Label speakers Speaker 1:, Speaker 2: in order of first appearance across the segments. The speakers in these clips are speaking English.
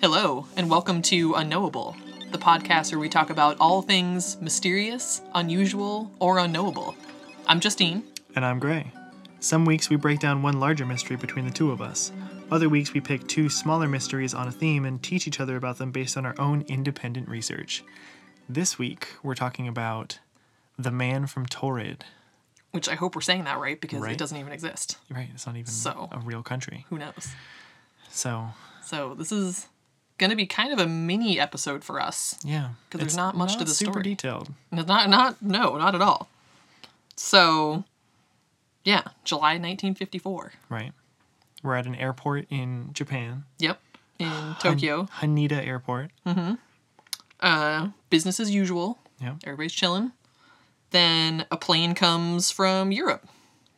Speaker 1: Hello, and welcome to Unknowable, the podcast where we talk about all things mysterious, unusual, or unknowable. I'm Justine.
Speaker 2: And I'm Gray. Some weeks we break down one larger mystery between the two of us. Other weeks we pick two smaller mysteries on a theme and teach each other about them based on our own independent research. This week we're talking about the man from Torrid.
Speaker 1: Which I hope we're saying that right because it
Speaker 2: Right.
Speaker 1: doesn't even exist.
Speaker 2: Right, it's not even
Speaker 1: So.
Speaker 2: a real country.
Speaker 1: Who knows?
Speaker 2: So,
Speaker 1: So this is going to be kind of a mini episode for us.
Speaker 2: yeah.
Speaker 1: 'Cause there's
Speaker 2: It's
Speaker 1: not much to the
Speaker 2: super
Speaker 1: story.
Speaker 2: detailed.
Speaker 1: No, Not not no, not at all. So yeah, July 1954.
Speaker 2: Right. We're at an airport in Japan,
Speaker 1: Yep. In Tokyo, Hmm.
Speaker 2: Haneda Airport.
Speaker 1: uh business as usual.
Speaker 2: Yeah.
Speaker 1: Everybody's chilling. Then a plane comes from Europe,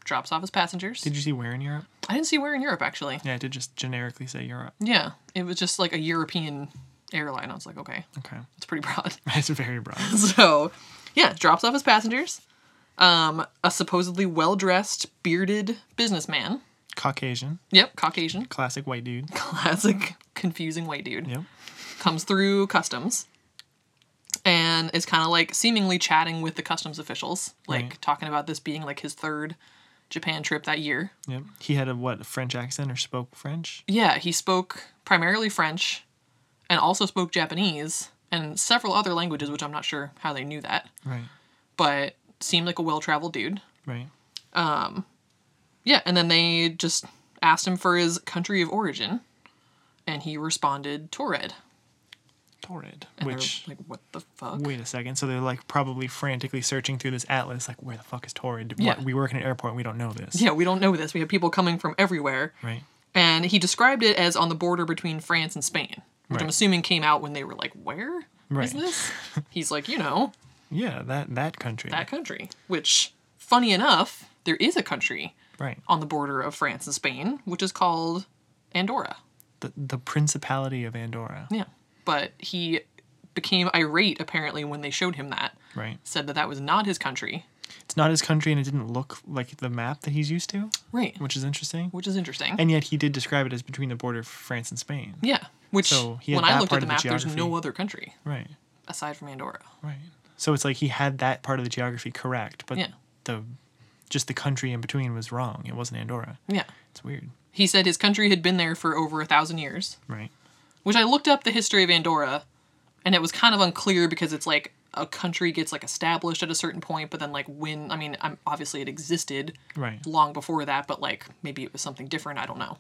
Speaker 1: drops off his passengers.
Speaker 2: Did you see where in Europe?
Speaker 1: I didn't see where in Europe actually.
Speaker 2: Yeah, I did just generically say Europe.
Speaker 1: Yeah, it was just like a European airline. I was like, okay,
Speaker 2: Okay.
Speaker 1: it's pretty broad.
Speaker 2: It's very broad.
Speaker 1: so, yeah, drops off his passengers. Um, a supposedly well-dressed, bearded businessman.
Speaker 2: Caucasian,
Speaker 1: Yep, Caucasian,
Speaker 2: classic white dude.
Speaker 1: classic, confusing white dude.
Speaker 2: Yep.
Speaker 1: comes through customs and is kind of like seemingly chatting with the customs officials, like
Speaker 2: Right.
Speaker 1: talking about this being like his third Japan trip that year.
Speaker 2: Yep. He had a what a French accent or spoke French.
Speaker 1: Yeah, he spoke primarily French and also spoke Japanese and several other languages, which I'm not sure how they knew that,
Speaker 2: Right.
Speaker 1: but seemed like a well traveled dude.
Speaker 2: Right.
Speaker 1: Yeah, and then they just asked him for his country of origin and he responded Torred.
Speaker 2: Torrid.
Speaker 1: And they're
Speaker 2: Which
Speaker 1: like, what the fuck?
Speaker 2: wait a second. So they're like probably frantically searching through this atlas, like where the fuck is Torrid?
Speaker 1: Yeah.
Speaker 2: What, we work in an airport. and We don't know this.
Speaker 1: yeah, we don't know this. We have people coming from everywhere.
Speaker 2: Right.
Speaker 1: and he described it as on the border between France and Spain, which I'm
Speaker 2: Right.
Speaker 1: assuming came out when they were like, "Where is
Speaker 2: Right.
Speaker 1: this?" He's like, "You know,
Speaker 2: Yeah. That that country.
Speaker 1: that country." Which, funny enough, there is a country
Speaker 2: Right.
Speaker 1: on the border of France and Spain, which is called Andorra.
Speaker 2: The the Principality of Andorra.
Speaker 1: Yeah, but he became irate apparently when they showed him that.
Speaker 2: Right.
Speaker 1: Said that that was not his country.
Speaker 2: It's not his country, and it didn't look like the map that he's used to,
Speaker 1: Right.
Speaker 2: which is interesting.
Speaker 1: Which is interesting.
Speaker 2: And yet he did describe it as between the border of France and Spain.
Speaker 1: yeah. Which,
Speaker 2: So he had
Speaker 1: when I
Speaker 2: that
Speaker 1: looked at
Speaker 2: part
Speaker 1: the
Speaker 2: of the
Speaker 1: map, there's no
Speaker 2: geography.
Speaker 1: other country
Speaker 2: Right.
Speaker 1: aside from Andorra.
Speaker 2: Right. So it's like he had that part of the geography correct, but
Speaker 1: Yeah.
Speaker 2: the just the country in between was wrong. It wasn't Andorra.
Speaker 1: Yeah.
Speaker 2: It's weird.
Speaker 1: He said his country had been there for over a thousand years.
Speaker 2: Right.
Speaker 1: which I looked up the history of Andorra, and it was kind of unclear because it's like a country gets like established at a certain point, but then like when I mean, I'm, obviously it existed
Speaker 2: Right.
Speaker 1: long before that, but like maybe it was something different. I don't know.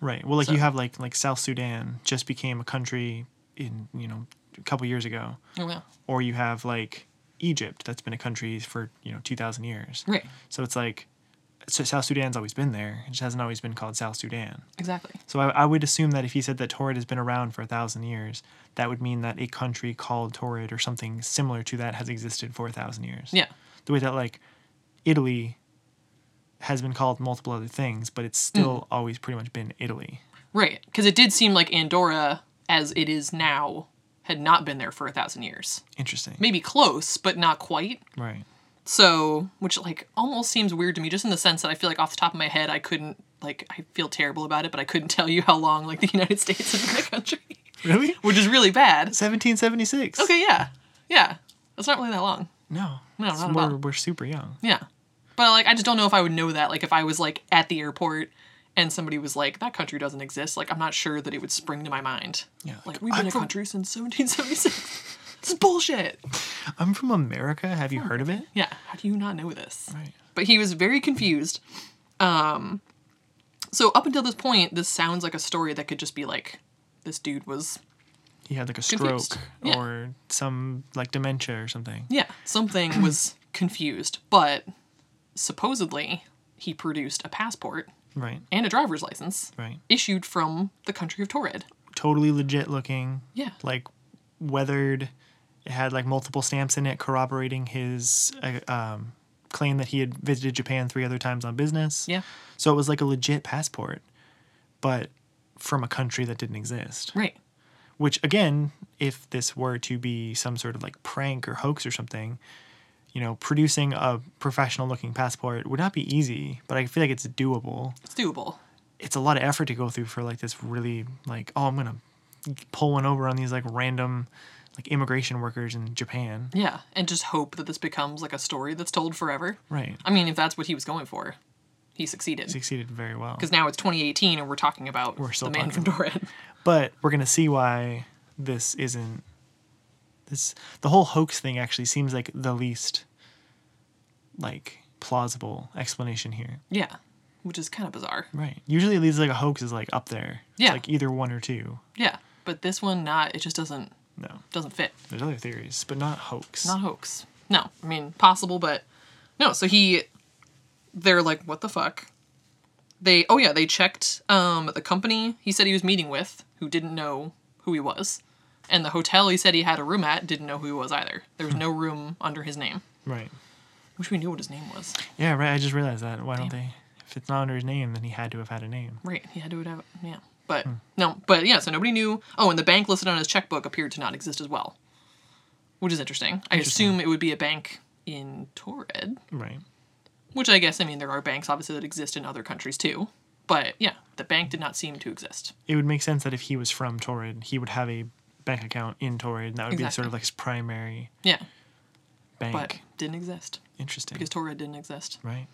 Speaker 2: Right. Well, like you have like like South Sudan just became a country in, you know, a couple years ago.
Speaker 1: Oh yeah,
Speaker 2: Or you have like Egypt that's been a country for, you know, 2000 years.
Speaker 1: right,
Speaker 2: So it's like so South Sudan's always been there. It just hasn't always been called South Sudan.
Speaker 1: exactly.
Speaker 2: So I, I would assume that if he said that Torrid has been around for a thousand years, that would mean that a country called Torrid or something similar to that has existed for a thousand years.
Speaker 1: Yeah,
Speaker 2: The way that like Italy has been called multiple other things, but it's
Speaker 1: Hmm.
Speaker 2: still always pretty much been Italy.
Speaker 1: right, because it did seem like Andorra, as it is now, had not been there for a thousand years.
Speaker 2: Interesting.
Speaker 1: Maybe close, but not quite.
Speaker 2: Right.
Speaker 1: So, which like almost seems weird to me, just in the sense that I feel like off the top of my head, I couldn't like I feel terrible about it, but I couldn't tell you how long like the United States has been a country,
Speaker 2: Really?
Speaker 1: which is really bad.
Speaker 2: 1776.
Speaker 1: Okay, yeah, yeah, that's not really that long.
Speaker 2: No.
Speaker 1: No,
Speaker 2: It's-
Speaker 1: not at
Speaker 2: we're,
Speaker 1: all.
Speaker 2: we're super young.
Speaker 1: Yeah, but like I just don't know if I would know that. Like if I was like at the airport and somebody was like that country doesn't exist, like I'm not sure that it would spring to my mind.
Speaker 2: Yeah.
Speaker 1: Like we've been
Speaker 2: I'm
Speaker 1: a
Speaker 2: from-
Speaker 1: country since 1776. this is bullshit.
Speaker 2: I'm from America. Have you heard of it?
Speaker 1: Yeah, how do you not know this?
Speaker 2: Right.
Speaker 1: but he was very confused. Um, so up until this point, this sounds like a story that could just be like, this dude was
Speaker 2: He had like a stroke
Speaker 1: Confused. Yeah.
Speaker 2: or some like dementia or something.
Speaker 1: yeah something was confused, but supposedly he produced a passport
Speaker 2: Right.
Speaker 1: and a driver's license
Speaker 2: Right.
Speaker 1: issued from the country of Torrid.
Speaker 2: Totally legit looking.
Speaker 1: Yeah,
Speaker 2: like weathered. It had like multiple stamps in it corroborating his uh, um, claim that he had visited Japan three other times on business.
Speaker 1: yeah,
Speaker 2: So it was like a legit passport, but from a country that didn't exist.
Speaker 1: right,
Speaker 2: Which again, if this were to be some sort of like prank or hoax or something, you know, producing a professional looking passport would not be easy, but I feel like it's doable
Speaker 1: it's doable.
Speaker 2: it's a lot of effort to go through for like this really like oh I'm gonna pull one over on these like random like immigration workers in Japan.
Speaker 1: Yeah, and just hope that this becomes like a story that's told forever.
Speaker 2: Right.
Speaker 1: I mean, if that's what he was going for, he succeeded.
Speaker 2: Succeeded very well.
Speaker 1: Because now it's 2018 and we're talking about
Speaker 2: We're still
Speaker 1: the man
Speaker 2: talking
Speaker 1: from Doran.
Speaker 2: But we're gonna see why this isn't this the whole hoax thing actually seems like the least like plausible explanation here.
Speaker 1: yeah, which is kind of bizarre.
Speaker 2: Right. Usually these like a hoax is like up there. It's
Speaker 1: Yeah.
Speaker 2: like either one or two.
Speaker 1: Yeah, but this one not. It just doesn't
Speaker 2: No.
Speaker 1: doesn't fit.
Speaker 2: There's other theories, but not hoax.
Speaker 1: Not hoax. No, I mean possible, but no. So he, they're like, what the fuck? They oh yeah, they checked um the company he said he was meeting with, who didn't know who he was, and the hotel he said he had a room at didn't know who he was either. There was no room under his name.
Speaker 2: right.
Speaker 1: Wish we knew what his name was.
Speaker 2: Yeah, right. I just realized that. Why don't they if it's not under his name, then he had to have had a name.
Speaker 1: Right, he had to have yeah. But no, but yeah, so nobody knew. Oh, and the bank listed on his checkbook appeared to not exist as well, which is interesting. I assume it would be a bank in Torred.
Speaker 2: Right.
Speaker 1: Which I guess, I mean, there are banks obviously that exist in other countries too. But yeah, the bank did not seem to exist.
Speaker 2: it would make sense that if he was from Torrid, he would have a bank account in Torrid, and that would be sort
Speaker 1: Exactly.
Speaker 2: of like his primary
Speaker 1: Yeah,
Speaker 2: bank.
Speaker 1: but didn't exist
Speaker 2: Interesting,
Speaker 1: because Torred didn't exist.
Speaker 2: right?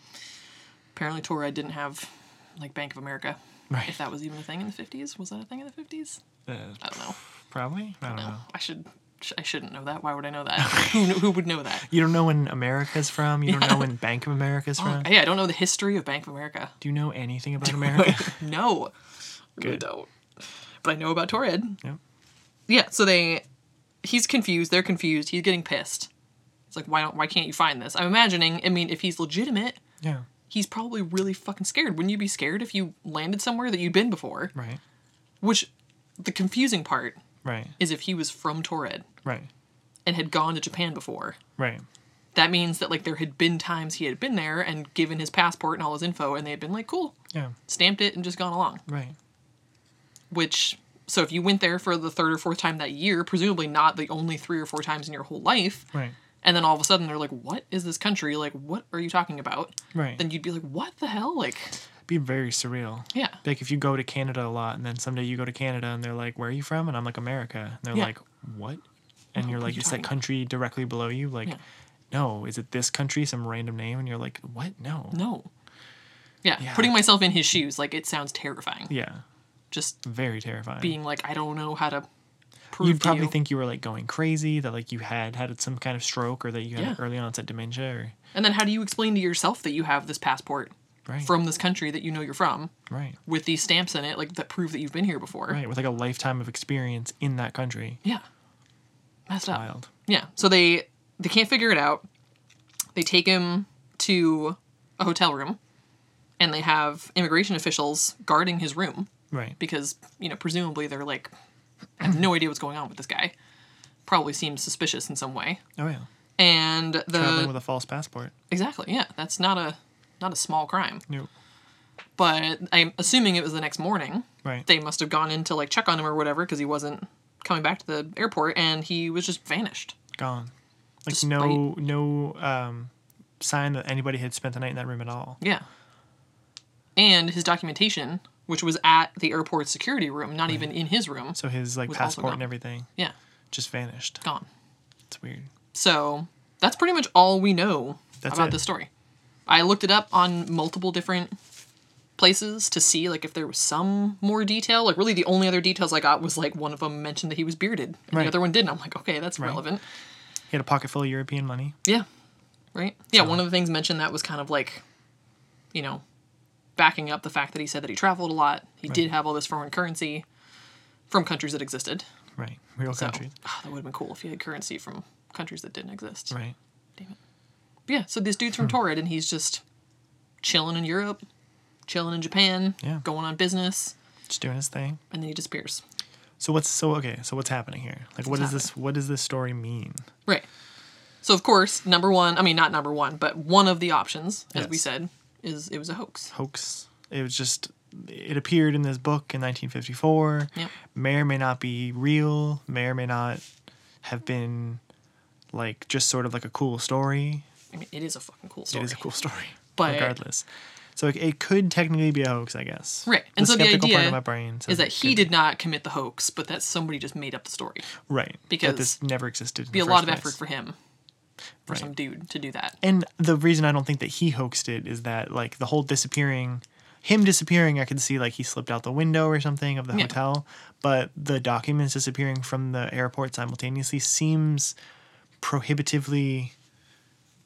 Speaker 1: Apparently, Torred didn't have like Bank of America,
Speaker 2: Right.
Speaker 1: if that was even a thing in the 50s. Was that a thing in the 50s?
Speaker 2: Uh,
Speaker 1: I don't know.
Speaker 2: probably. I don't
Speaker 1: No,
Speaker 2: know.
Speaker 1: I should. sh- I shouldn't know that. Why would I know that? who, kn- who would know that?
Speaker 2: You don't know when America's from. You don't know when Bank of America's from.
Speaker 1: Uh, Hey, Oh, I don't know the history of Bank of America.
Speaker 2: Do you know anything about America?
Speaker 1: No, really
Speaker 2: Good.
Speaker 1: don't. But I know about Torrid.
Speaker 2: Yep.
Speaker 1: Yeah. So they, he's confused. They're confused. He's getting pissed. It's like why don't why can't you find this? I'm imagining. I mean, if he's legitimate,
Speaker 2: yeah.
Speaker 1: he's probably really fucking scared. Wouldn't you be scared if you landed somewhere that you'd been before?
Speaker 2: Right.
Speaker 1: Which, the confusing part
Speaker 2: Right.
Speaker 1: is if he was from Torrid
Speaker 2: Right.
Speaker 1: and had gone to Japan before.
Speaker 2: Right.
Speaker 1: That means that like there had been times he had been there and given his passport and all his info, and they had been like, cool,
Speaker 2: Yeah.
Speaker 1: stamped it and just gone along.
Speaker 2: Right.
Speaker 1: which so if you went there for the third or fourth time that year, presumably not the only three or four times in your whole life,
Speaker 2: Right.
Speaker 1: and then all of a sudden they're like, "What is this country? Like, what are you talking about?"
Speaker 2: Right.
Speaker 1: Then you'd be like, "What the hell?" Like,
Speaker 2: be very surreal.
Speaker 1: yeah,
Speaker 2: Like if you go to Canada a lot, and then someday you go to Canada, and they're like, "Where are you from?" and I'm like, "America," and they're
Speaker 1: Yeah.
Speaker 2: like, "What?" And you're
Speaker 1: what
Speaker 2: like,
Speaker 1: are you
Speaker 2: "It's
Speaker 1: talking
Speaker 2: that
Speaker 1: about?"
Speaker 2: country directly below you." Like,
Speaker 1: Yeah.
Speaker 2: no, is it this country? Some random name, and you're like, "What? No."
Speaker 1: no, yeah,
Speaker 2: Yeah.
Speaker 1: putting myself in his shoes, like it sounds terrifying.
Speaker 2: Yeah,
Speaker 1: Just
Speaker 2: very terrifying.
Speaker 1: being like, I don't know how to prove.
Speaker 2: You'd
Speaker 1: to
Speaker 2: probably
Speaker 1: you.
Speaker 2: think you were like going crazy, that like you had had some kind of stroke, or that you had
Speaker 1: Yeah.
Speaker 2: early onset dementia, or
Speaker 1: and then how do you explain to yourself that you have this passport
Speaker 2: right,
Speaker 1: from this country that you know you're from
Speaker 2: right,
Speaker 1: with these stamps in it, like that prove that you've been here before?
Speaker 2: right, with like a lifetime of experience in that country.
Speaker 1: Yeah, messed up.
Speaker 2: Wild.
Speaker 1: Yeah. So they they can't figure it out. They take him to a hotel room and they have immigration officials guarding his room
Speaker 2: Right.
Speaker 1: because, you know, presumably they're like have no idea what's going on with this guy. Probably seems suspicious in some way.
Speaker 2: Oh yeah.
Speaker 1: And the
Speaker 2: Traveling with a false passport.
Speaker 1: Exactly. Yeah. That's not a not a small crime.
Speaker 2: Nope.
Speaker 1: But I'm assuming it was the next morning.
Speaker 2: Right.
Speaker 1: They must have gone in to like check on him or whatever because he wasn't coming back to the airport and he was just vanished.
Speaker 2: gone. Like
Speaker 1: Despite-
Speaker 2: no no um, sign that anybody had spent the night in that room at all.
Speaker 1: Yeah. And his documentation, which was at the airport security room, not even in his room.
Speaker 2: So his like
Speaker 1: Was also
Speaker 2: passport and
Speaker 1: gone.
Speaker 2: everything
Speaker 1: Yeah,
Speaker 2: just vanished.
Speaker 1: gone.
Speaker 2: It's weird.
Speaker 1: So that's pretty much all we know
Speaker 2: That's
Speaker 1: about
Speaker 2: it.
Speaker 1: this story. I looked it up on multiple different places to see like if there was some more detail. Like really the only other details I got was like one of them mentioned that he was bearded. And
Speaker 2: Right.
Speaker 1: the other one didn't. I'm like, okay, that's
Speaker 2: Right.
Speaker 1: relevant.
Speaker 2: He had a pocket full of European money.
Speaker 1: Yeah. Right? Yeah, one of the things mentioned that was kind of like, you know, backing up the fact that he said that he traveled a lot. He did have all this foreign currency from countries that existed.
Speaker 2: Right. Real
Speaker 1: So
Speaker 2: country.
Speaker 1: ah, that would have been cool if he had currency from countries that didn't exist.
Speaker 2: Right.
Speaker 1: But yeah, so this dude's from Torrid and he's just chilling in Europe, chilling in Japan,
Speaker 2: Yeah.
Speaker 1: going on business,
Speaker 2: Just doing his thing.
Speaker 1: and then he disappears.
Speaker 2: So what's so okay, so what's happening here? Like what does
Speaker 1: What's
Speaker 2: this what does this story mean?
Speaker 1: Right. So of course, number one, I mean not number one, but one of the options, as we
Speaker 2: Yes.
Speaker 1: said, is it was a hoax.
Speaker 2: Hoax. It was just it appeared in this book in 1954.
Speaker 1: Yep.
Speaker 2: May or may not be real, may or may not have been like just sort of like a cool story.
Speaker 1: I mean it is a fucking cool story.
Speaker 2: It is a cool story.
Speaker 1: But-
Speaker 2: regardless. So it, it could technically be a hoax, I guess.
Speaker 1: Right. And so the
Speaker 2: skeptical part
Speaker 1: idea
Speaker 2: of my brain says
Speaker 1: Is that
Speaker 2: it
Speaker 1: he
Speaker 2: could-
Speaker 1: did not commit the hoax, but that somody just made up the story.
Speaker 2: right
Speaker 1: because
Speaker 2: that this never existed. In
Speaker 1: Be a
Speaker 2: the
Speaker 1: lot
Speaker 2: first
Speaker 1: of
Speaker 2: place.
Speaker 1: effort for him, for some dude to do that.
Speaker 2: And the reason I don't think that he hoaxed it is that like the whole disappearing, him disappearing, I could see like he slipped out the window or something of the
Speaker 1: Yeah.
Speaker 2: hotel, but the documents disappearing from the airport simultaneously seems prohibitively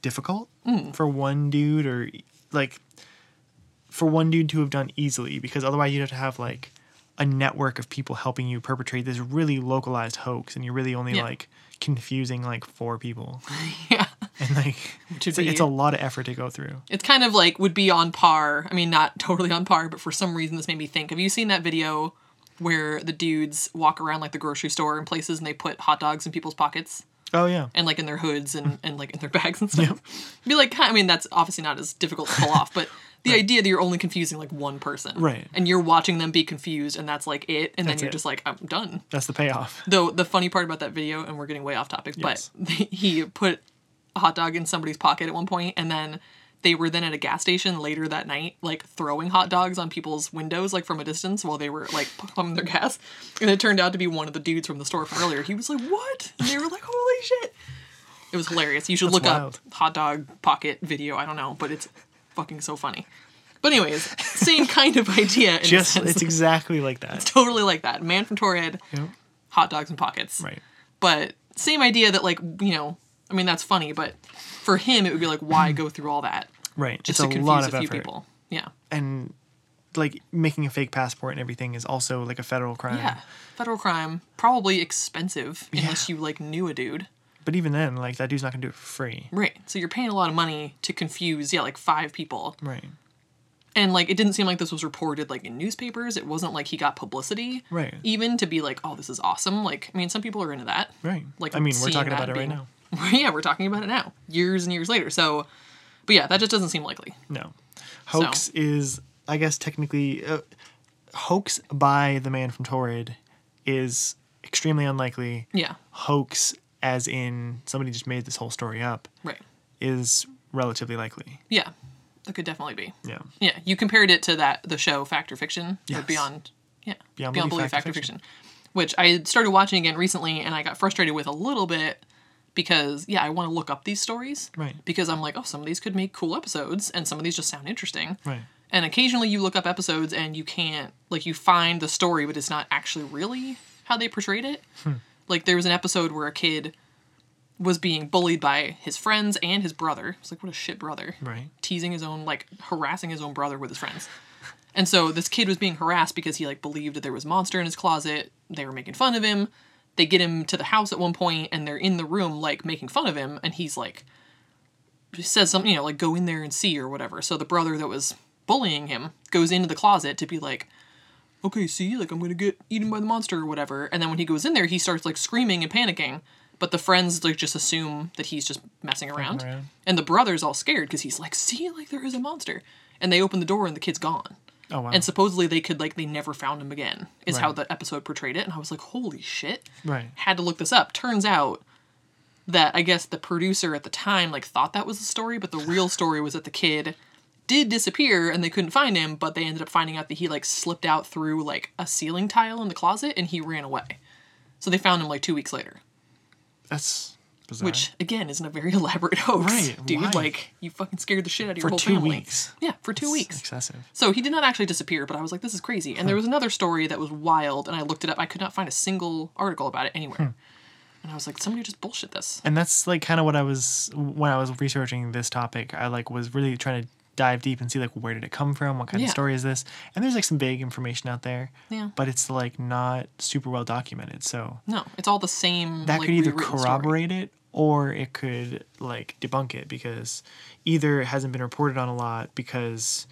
Speaker 2: difficult
Speaker 1: Mm.
Speaker 2: for one dude or like for one dude to have done easily because otherwise you'd have to have like a network of people helping you perpetrate this really localized hoax and you're really only
Speaker 1: Yeah.
Speaker 2: like confusing like four people
Speaker 1: yeah.
Speaker 2: and like
Speaker 1: Which would
Speaker 2: it's, a- it's
Speaker 1: be-
Speaker 2: a lot of effort to go through.
Speaker 1: It's kind of like would be on par. I mean, not totally on par, but for some reason this made me think. Have you seen that video where the dudes walk around like the grocery store and places and they put hot dogs in people's pockets
Speaker 2: Oh yeah,
Speaker 1: and like in their hoods and, and like in their bags and stuff? Be like, I mean, that's obviously not as difficult to pull off, but the idea that you're only confusing like one person.
Speaker 2: Right.
Speaker 1: And you're watching them be confused and that's like it. And then
Speaker 2: That's
Speaker 1: you're
Speaker 2: it.
Speaker 1: just like, I'm done.
Speaker 2: that's the payoff.
Speaker 1: Though the funny part about that video, and we're getting way off topic,
Speaker 2: Yes.
Speaker 1: but he put a hot dog in somebody's pocket at one point, and then they were then at a gas station later that night, like throwing hot dogs on people's windows, like from a distance, while they were like pumping their gas. And it turned out to be one of the dudes from the store from earlier. He was like, "What?" And they were like, "Holy shit!" It was hilarious. You should look
Speaker 2: wild.
Speaker 1: up hot dog pocket video. I don't know, but it's fucking so funny. But anyways, same kind of idea. In a
Speaker 2: Just
Speaker 1: sense.
Speaker 2: it's exactly like that.
Speaker 1: totally like that. Man from Torrid,
Speaker 2: Yep.
Speaker 1: hot dogs in pockets
Speaker 2: Right.
Speaker 1: but same idea that like you know i mean that's funny but for him it would be like why go through all that
Speaker 2: Right.
Speaker 1: just
Speaker 2: it's
Speaker 1: to
Speaker 2: a
Speaker 1: confuse
Speaker 2: lot
Speaker 1: a
Speaker 2: of
Speaker 1: few
Speaker 2: effort.
Speaker 1: people yeah
Speaker 2: And like making a fake passport and everything is also like a federal crime.
Speaker 1: yeah federal crime probably expensive unless you like knew a dude
Speaker 2: But even then, like that dude's not gonna do it for free.
Speaker 1: right so you're paying a lot of money to confuse yeah like five people
Speaker 2: Right.
Speaker 1: and like it didn't seem like this was reported like in newspapers it wasn't like he got publicity
Speaker 2: Right.
Speaker 1: even to be like oh this is awesome like i mean some people are into that
Speaker 2: Right.
Speaker 1: Like,
Speaker 2: I mean, we're
Speaker 1: seeing
Speaker 2: talking
Speaker 1: that
Speaker 2: about it right
Speaker 1: being-
Speaker 2: now.
Speaker 1: yeah we're talking about it now years and years later so but yeah that just doesn't seem likely
Speaker 2: No. Hoax is, I guess, technically, uh, hoax by the man from Torrid is extremely unlikely.
Speaker 1: yeah
Speaker 2: Hoax, as in somebody just made this whole story up,
Speaker 1: right
Speaker 2: is relatively likely.
Speaker 1: Yeah, that could definitely be.
Speaker 2: Yeah.
Speaker 1: Yeah, you compared it to that the show Fact or Fiction or
Speaker 2: Yes.
Speaker 1: Beyond. Yeah,
Speaker 2: Beyond Belief,
Speaker 1: Fact or Fiction, which I started watching again recently, and I got frustrated with a little bit because yeah, I want to look up these stories,
Speaker 2: Right.
Speaker 1: Because I'm like, oh, some of these could make cool episodes, and some of these just sound interesting,
Speaker 2: Right.
Speaker 1: And occasionally you look up episodes and you can't like you find the story, but it's not actually really how they portrayed it. Like there was an episode where a kid was being bullied by his friends and his brother. It's like what a shit brother
Speaker 2: Right.
Speaker 1: teasing his own like harassing his own brother with his friends and so this kid was being harassed because he like believed that there was a monster in his closet they were making fun of him they get him to the house at one point and they're in the room like making fun of him and he's like says something you know like go in there and see or whatever so the brother that was bullying him goes into the closet to be like okay see like i'm gonna get eaten by the monster or whatever and then when he goes in there he starts like screaming and panicking but the friends like just assume that he's just messing around,
Speaker 2: around.
Speaker 1: and the brother's all scared because he's like see like there is a monster and they open the door and the kid's gone
Speaker 2: Oh wow.
Speaker 1: and supposedly they could like they never found him again is how
Speaker 2: Right.
Speaker 1: the episode portrayed it and i was like holy shit
Speaker 2: right.
Speaker 1: had to look this up turns out that i guess the producer at the time like thought that was the story but the real story was that the kid did disappear and they couldn't find him but they ended up finding out that he like slipped out through like a ceiling tile in the closet and he ran away so they found him like two weeks later
Speaker 2: That's bizarre.
Speaker 1: which again isn't a very elaborate hoax
Speaker 2: Right,
Speaker 1: dude
Speaker 2: why?
Speaker 1: like you fucking scared the shit out of your
Speaker 2: for
Speaker 1: whole
Speaker 2: two
Speaker 1: family
Speaker 2: weeks.
Speaker 1: yeah for two weeks
Speaker 2: Excessive.
Speaker 1: so he did not actually disappear, but I was like, this is crazy.
Speaker 2: Hmm.
Speaker 1: And there was another story that was wild, and I looked it up. I could not find a single article about it anywhere.
Speaker 2: Hmm.
Speaker 1: And I was like, somebody just bullshit this.
Speaker 2: And that's like kind of what I was when I was researching this topic. I like was really trying to dive deep and see like where did it come from? What kind of
Speaker 1: Yeah.
Speaker 2: story is this? And there's like some vague information out there.
Speaker 1: Yeah.
Speaker 2: But it's like not super well documented. So
Speaker 1: No, it's all the same.
Speaker 2: that
Speaker 1: like,
Speaker 2: could either
Speaker 1: rewritten
Speaker 2: corroborate it or it could like debunk it because either it hasn't been reported on a lot because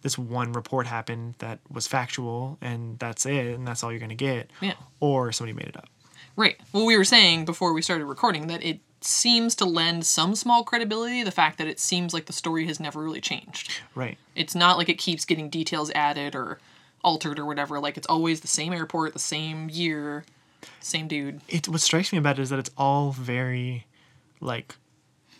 Speaker 2: this one report happened that was factual and that's it and that's all you're going to get
Speaker 1: Yeah.
Speaker 2: or somebody made it up
Speaker 1: story. Right. Well, we were saying before we started recording that it seems to lend some small credibility to the fact that it seems like the story has never really changed.
Speaker 2: right
Speaker 1: It's not like it keeps getting details added or altered or whatever. Like it's always the same airport, the same year, same dude.
Speaker 2: it what strikes me about it is that it's all very like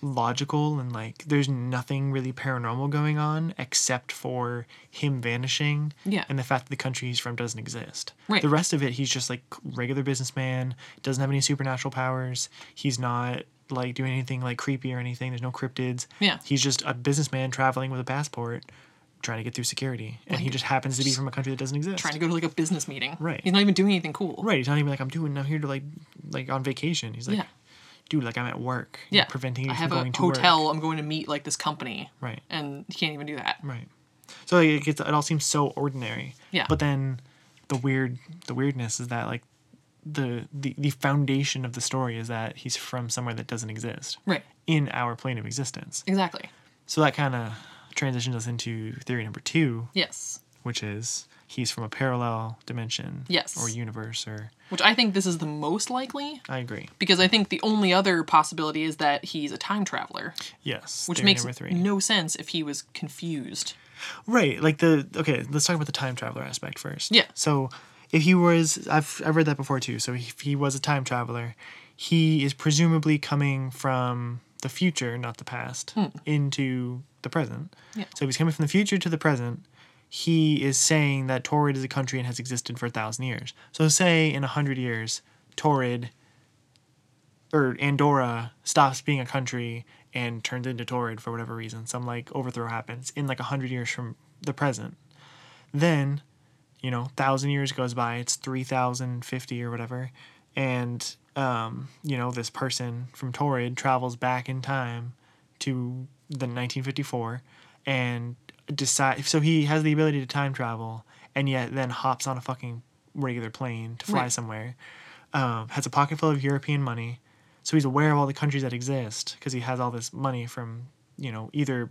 Speaker 2: logical and like there's nothing really paranormal going on except for him vanishing
Speaker 1: Yeah.
Speaker 2: and the fact that the country he's from doesn't exist.
Speaker 1: Right.
Speaker 2: The rest of it, he's just like regular businessman, doesn't have any supernatural powers. He's not like doing anything like creepy or anything. There's no cryptids.
Speaker 1: Yeah.
Speaker 2: He's just a businessman traveling with a passport trying to get through security. And he just happens to be from a country that doesn't exist.
Speaker 1: trying to go to like a business meeting.
Speaker 2: Right.
Speaker 1: He's not even doing anything cool.
Speaker 2: Right. He's not even like I'm doing. I'm here to like, like on vacation. He's like,
Speaker 1: Yeah.
Speaker 2: dude, like I'm at work. You're
Speaker 1: Yeah.
Speaker 2: preventing you
Speaker 1: I
Speaker 2: from
Speaker 1: have
Speaker 2: going
Speaker 1: a
Speaker 2: to work.
Speaker 1: hotel. I'm going to meet like this company.
Speaker 2: Right.
Speaker 1: And he can't even do that.
Speaker 2: Right. So like, it gets. It all seems so ordinary.
Speaker 1: Yeah.
Speaker 2: But then, the weird, the weirdness is that like, the the the foundation of the story is that he's from somewhere that doesn't exist.
Speaker 1: Right.
Speaker 2: In our plane of existence.
Speaker 1: Exactly.
Speaker 2: So that kind of transitions us into theory number two,
Speaker 1: Yes.
Speaker 2: which is he's from a parallel dimension.
Speaker 1: Yes.
Speaker 2: Or universe. Or
Speaker 1: Which I think this is the most likely
Speaker 2: I agree.
Speaker 1: because I think the only other possibility is that he's a time traveler,
Speaker 2: Yes.
Speaker 1: which
Speaker 2: theory
Speaker 1: makes
Speaker 2: number three.
Speaker 1: no sense if he was confused.
Speaker 2: Right, like the okay. Let's talk about the time traveler aspect first.
Speaker 1: Yeah.
Speaker 2: So, if he was, I've I've read that before too. So if he was a time traveler, he is presumably coming from the future, not the past, into the present.
Speaker 1: Hmm. Yeah.
Speaker 2: So if he's coming from the future to the present, he is saying that Torrid is a country and has existed for a thousand years. So say in a hundred years, Torrid or Andorra stops being a country and turns into Torrid for whatever reason. Some like overthrow happens in like a hundred years from the present. Then, you know, thousand years goes by. It's three thousand fifty or whatever, and um, you know, this person from Torrid travels back in time to the nineteen fifty four, and decide. So he has the ability to time travel, and yet then hops on a fucking regular plane to fly
Speaker 1: Right.
Speaker 2: somewhere. Um, has a pocket full of European money, so he's aware of all the countries that exist because he has all this money from you know either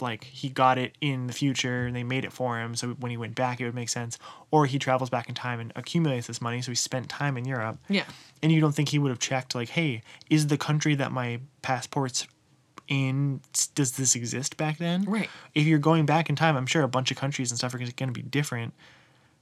Speaker 2: like he got it in the future and they made it for him so when he went back it would make sense or he travels back in time and accumulates this money so he spent time in europe
Speaker 1: Yeah.
Speaker 2: and you don't think he would have checked like hey is the country that my passport's in does this exist back then
Speaker 1: Right.
Speaker 2: if you're going back in time i'm sure a bunch of countries and stuff are going to be different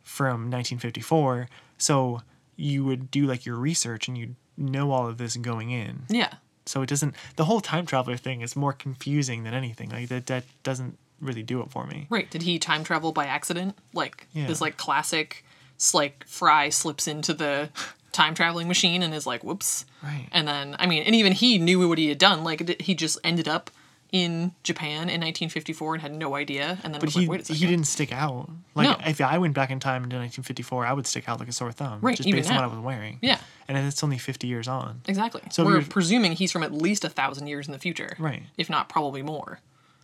Speaker 2: from 1954 so you would do like your research and you'd know all of this going in
Speaker 1: Yeah.
Speaker 2: so it doesn't the whole time traveler thing is more confusing than anything like that that doesn't really do it for me
Speaker 1: Right. Did he time travel by accident? Like
Speaker 2: Yeah.
Speaker 1: this like classic s- like Fry slips into the time traveling machine and is like, whoops.
Speaker 2: Right.
Speaker 1: And then I mean, and even he knew what he had done. Like d- he just ended up in Japan in 1954 and had no idea. And then
Speaker 2: but
Speaker 1: was
Speaker 2: he,
Speaker 1: like, wait a second.
Speaker 2: he didn't stick out like
Speaker 1: No.
Speaker 2: if i went back in time into 1954 i would stick out like a sore thumb
Speaker 1: Right,
Speaker 2: just
Speaker 1: even
Speaker 2: based on
Speaker 1: now.
Speaker 2: what i was wearing
Speaker 1: Yeah.
Speaker 2: and it's only 50 years on
Speaker 1: Exactly.
Speaker 2: So
Speaker 1: So we're
Speaker 2: you're-
Speaker 1: presuming he's from at least a thousand years in the future.
Speaker 2: Right.
Speaker 1: If not, probably more.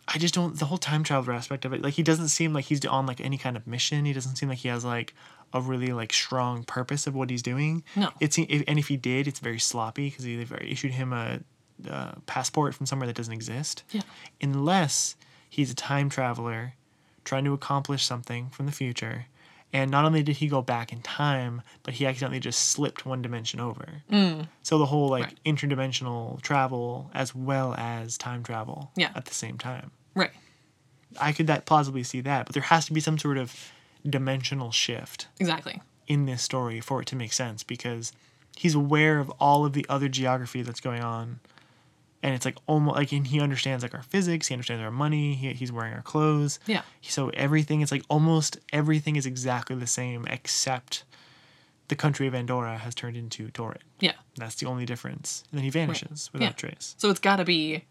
Speaker 2: I just don't the whole time traveler aspect of it. Like he doesn't seem like he's on like any kind of mission. He doesn't seem like he has like a really like strong purpose of what he's doing.
Speaker 1: No.
Speaker 2: It's if, and if he did, it's very sloppy because they've issued him a, uh passport from somewhere that doesn't exist.
Speaker 1: Yeah.
Speaker 2: Unless he's a time traveler trying to accomplish something from the future. And not only did he go back in time, but he accidentally just slipped one dimension over. So the whole like
Speaker 1: Mm. Right.
Speaker 2: interdimensional travel as well as time travel
Speaker 1: Yeah.
Speaker 2: at the same time.
Speaker 1: Right.
Speaker 2: I could that plausibly see that, but there has to be some sort of dimensional shift
Speaker 1: Exactly.
Speaker 2: in this story for it to make sense because he's aware of all of the other geography that's going on. And it's like almost like and he understands like our physics, he understands our money, he, he's wearing our clothes.
Speaker 1: Yeah.
Speaker 2: So everything it's like almost everything is exactly the same except the country of Andorra has turned into Torrid.
Speaker 1: Yeah.
Speaker 2: That's the only difference. And then he vanishes without
Speaker 1: Yeah.
Speaker 2: trace.
Speaker 1: So it's got to be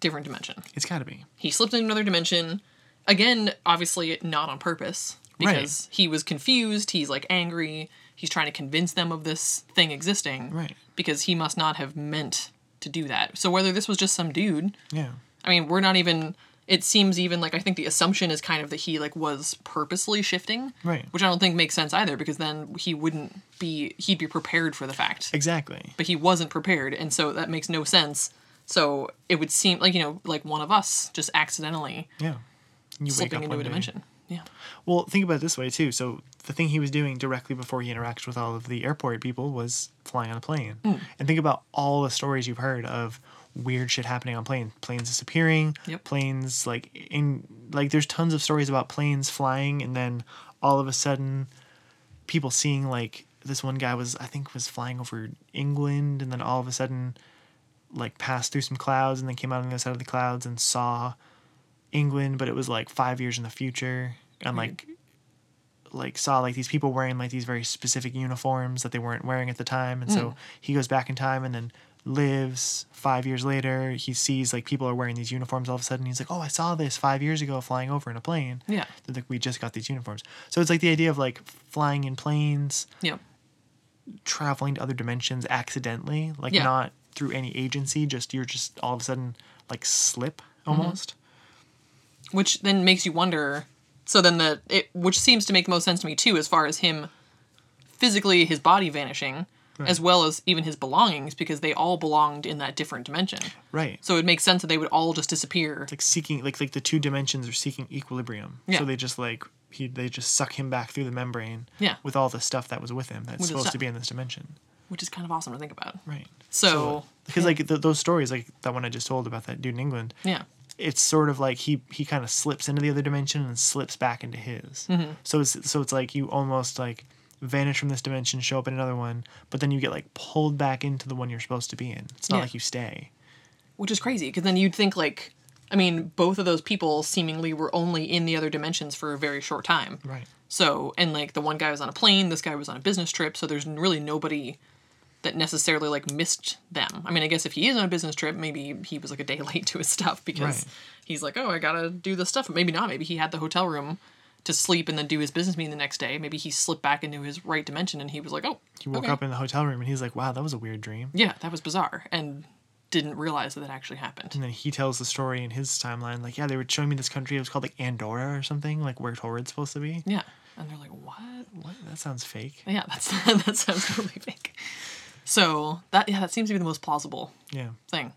Speaker 1: different dimension.
Speaker 2: It's gotta be.
Speaker 1: He slipped into another dimension. Again, obviously not on purpose because he was confused. He's like angry. He's trying to convince them of this thing existing.
Speaker 2: Right.
Speaker 1: Because he must not have meant to do that. So whether this was just some dude
Speaker 2: Yeah.
Speaker 1: I mean, we're not even. It seems even like I think the assumption is kind of that he like was purposely shifting,
Speaker 2: Right.
Speaker 1: Which I don't think makes sense either because then he wouldn't be he'd be prepared for the fact,
Speaker 2: Exactly.
Speaker 1: but he wasn't prepared, and so that makes no sense. So it would seem like you know like one of us just accidentally
Speaker 2: Yeah. You
Speaker 1: slipping into
Speaker 2: one
Speaker 1: a
Speaker 2: day-
Speaker 1: dimension. Yeah,
Speaker 2: Well, think about it this way too. So the thing he was doing directly before he interacted with all of the airport people was flying on a plane. And think about all the stories you've heard of weird shit happening on planes, planes disappearing,
Speaker 1: Yep.
Speaker 2: planes like in like there's tons of stories about planes flying and then all of a sudden people seeing like this one guy was I think was flying over England and then all of a sudden like passed through some clouds and then came out on the other side of the clouds and saw England, but it was like five years in the future and like like saw like these people wearing like these very specific uniforms that they weren't wearing at the time and so he goes back in time and then lives five years later he sees like people are wearing these uniforms all of a sudden he's like oh i saw this five years ago flying over in a plane
Speaker 1: Yeah.
Speaker 2: They're like we just got these uniforms so it's like the idea of like flying in planes
Speaker 1: Yeah.
Speaker 2: traveling to other dimensions accidentally, like
Speaker 1: Yeah.
Speaker 2: not through any agency, just you're just all of a sudden like slip
Speaker 1: Mm-hmm.
Speaker 2: almost.
Speaker 1: which then makes you wonder so then the it which seems to make the most sense to me too as far as him physically his body vanishing as well as even his belongings because they all belonged in that different dimension
Speaker 2: Right.
Speaker 1: so it makes sense that they would all just disappear
Speaker 2: Like seeking like like the two dimensions are seeking equilibrium.
Speaker 1: Yeah.
Speaker 2: So they just like he they just suck him back through the membrane
Speaker 1: Yeah.
Speaker 2: with all the stuff that was with him that's
Speaker 1: With the
Speaker 2: supposed to
Speaker 1: stuff.
Speaker 2: be in this dimension.
Speaker 1: which is kind of awesome to think about
Speaker 2: Right.
Speaker 1: so
Speaker 2: Because like th- those stories like that one I just told about that dude in England,
Speaker 1: yeah
Speaker 2: it's sort of like he he kind of slips into the other dimension and slips back into his.
Speaker 1: Mm-hmm.
Speaker 2: So it's so it's like you almost like vanish from this dimension, show up in another one, but then you get like pulled back into the one you're supposed to be in. It's not
Speaker 1: Yeah.
Speaker 2: like you stay.
Speaker 1: which is crazy because then you'd think like i mean both of those people seemingly were only in the other dimensions for a very short time
Speaker 2: Right.
Speaker 1: So, and like the one guy was on a plane, this guy was on a business trip, so there's really nobody that necessarily like missed them. I mean, I guess if he is on a business trip, maybe he was like a day late to his stuff because
Speaker 2: Right.
Speaker 1: he's like, "Oh, I got to do this stuff." But maybe not. Maybe he had the hotel room to sleep and then do his business meeting the next day. Maybe he slipped back into his right dimension and he was like, "Oh,
Speaker 2: He woke
Speaker 1: okay.
Speaker 2: up in the hotel room and he's like, "Wow, that was a weird dream."
Speaker 1: Yeah, that was bizarre." And didn't realize that that actually happened.
Speaker 2: And then he tells the story in his timeline, like, "Yeah, they were showing me this country. It was called like Andorra or something, like where Torrid's supposed to be."
Speaker 1: Yeah. And they're like, "What?
Speaker 2: What? That sounds fake.
Speaker 1: Yeah, that's that sounds totally fake." So, that yeah, that seems to be the most plausible
Speaker 2: Yeah.
Speaker 1: thing.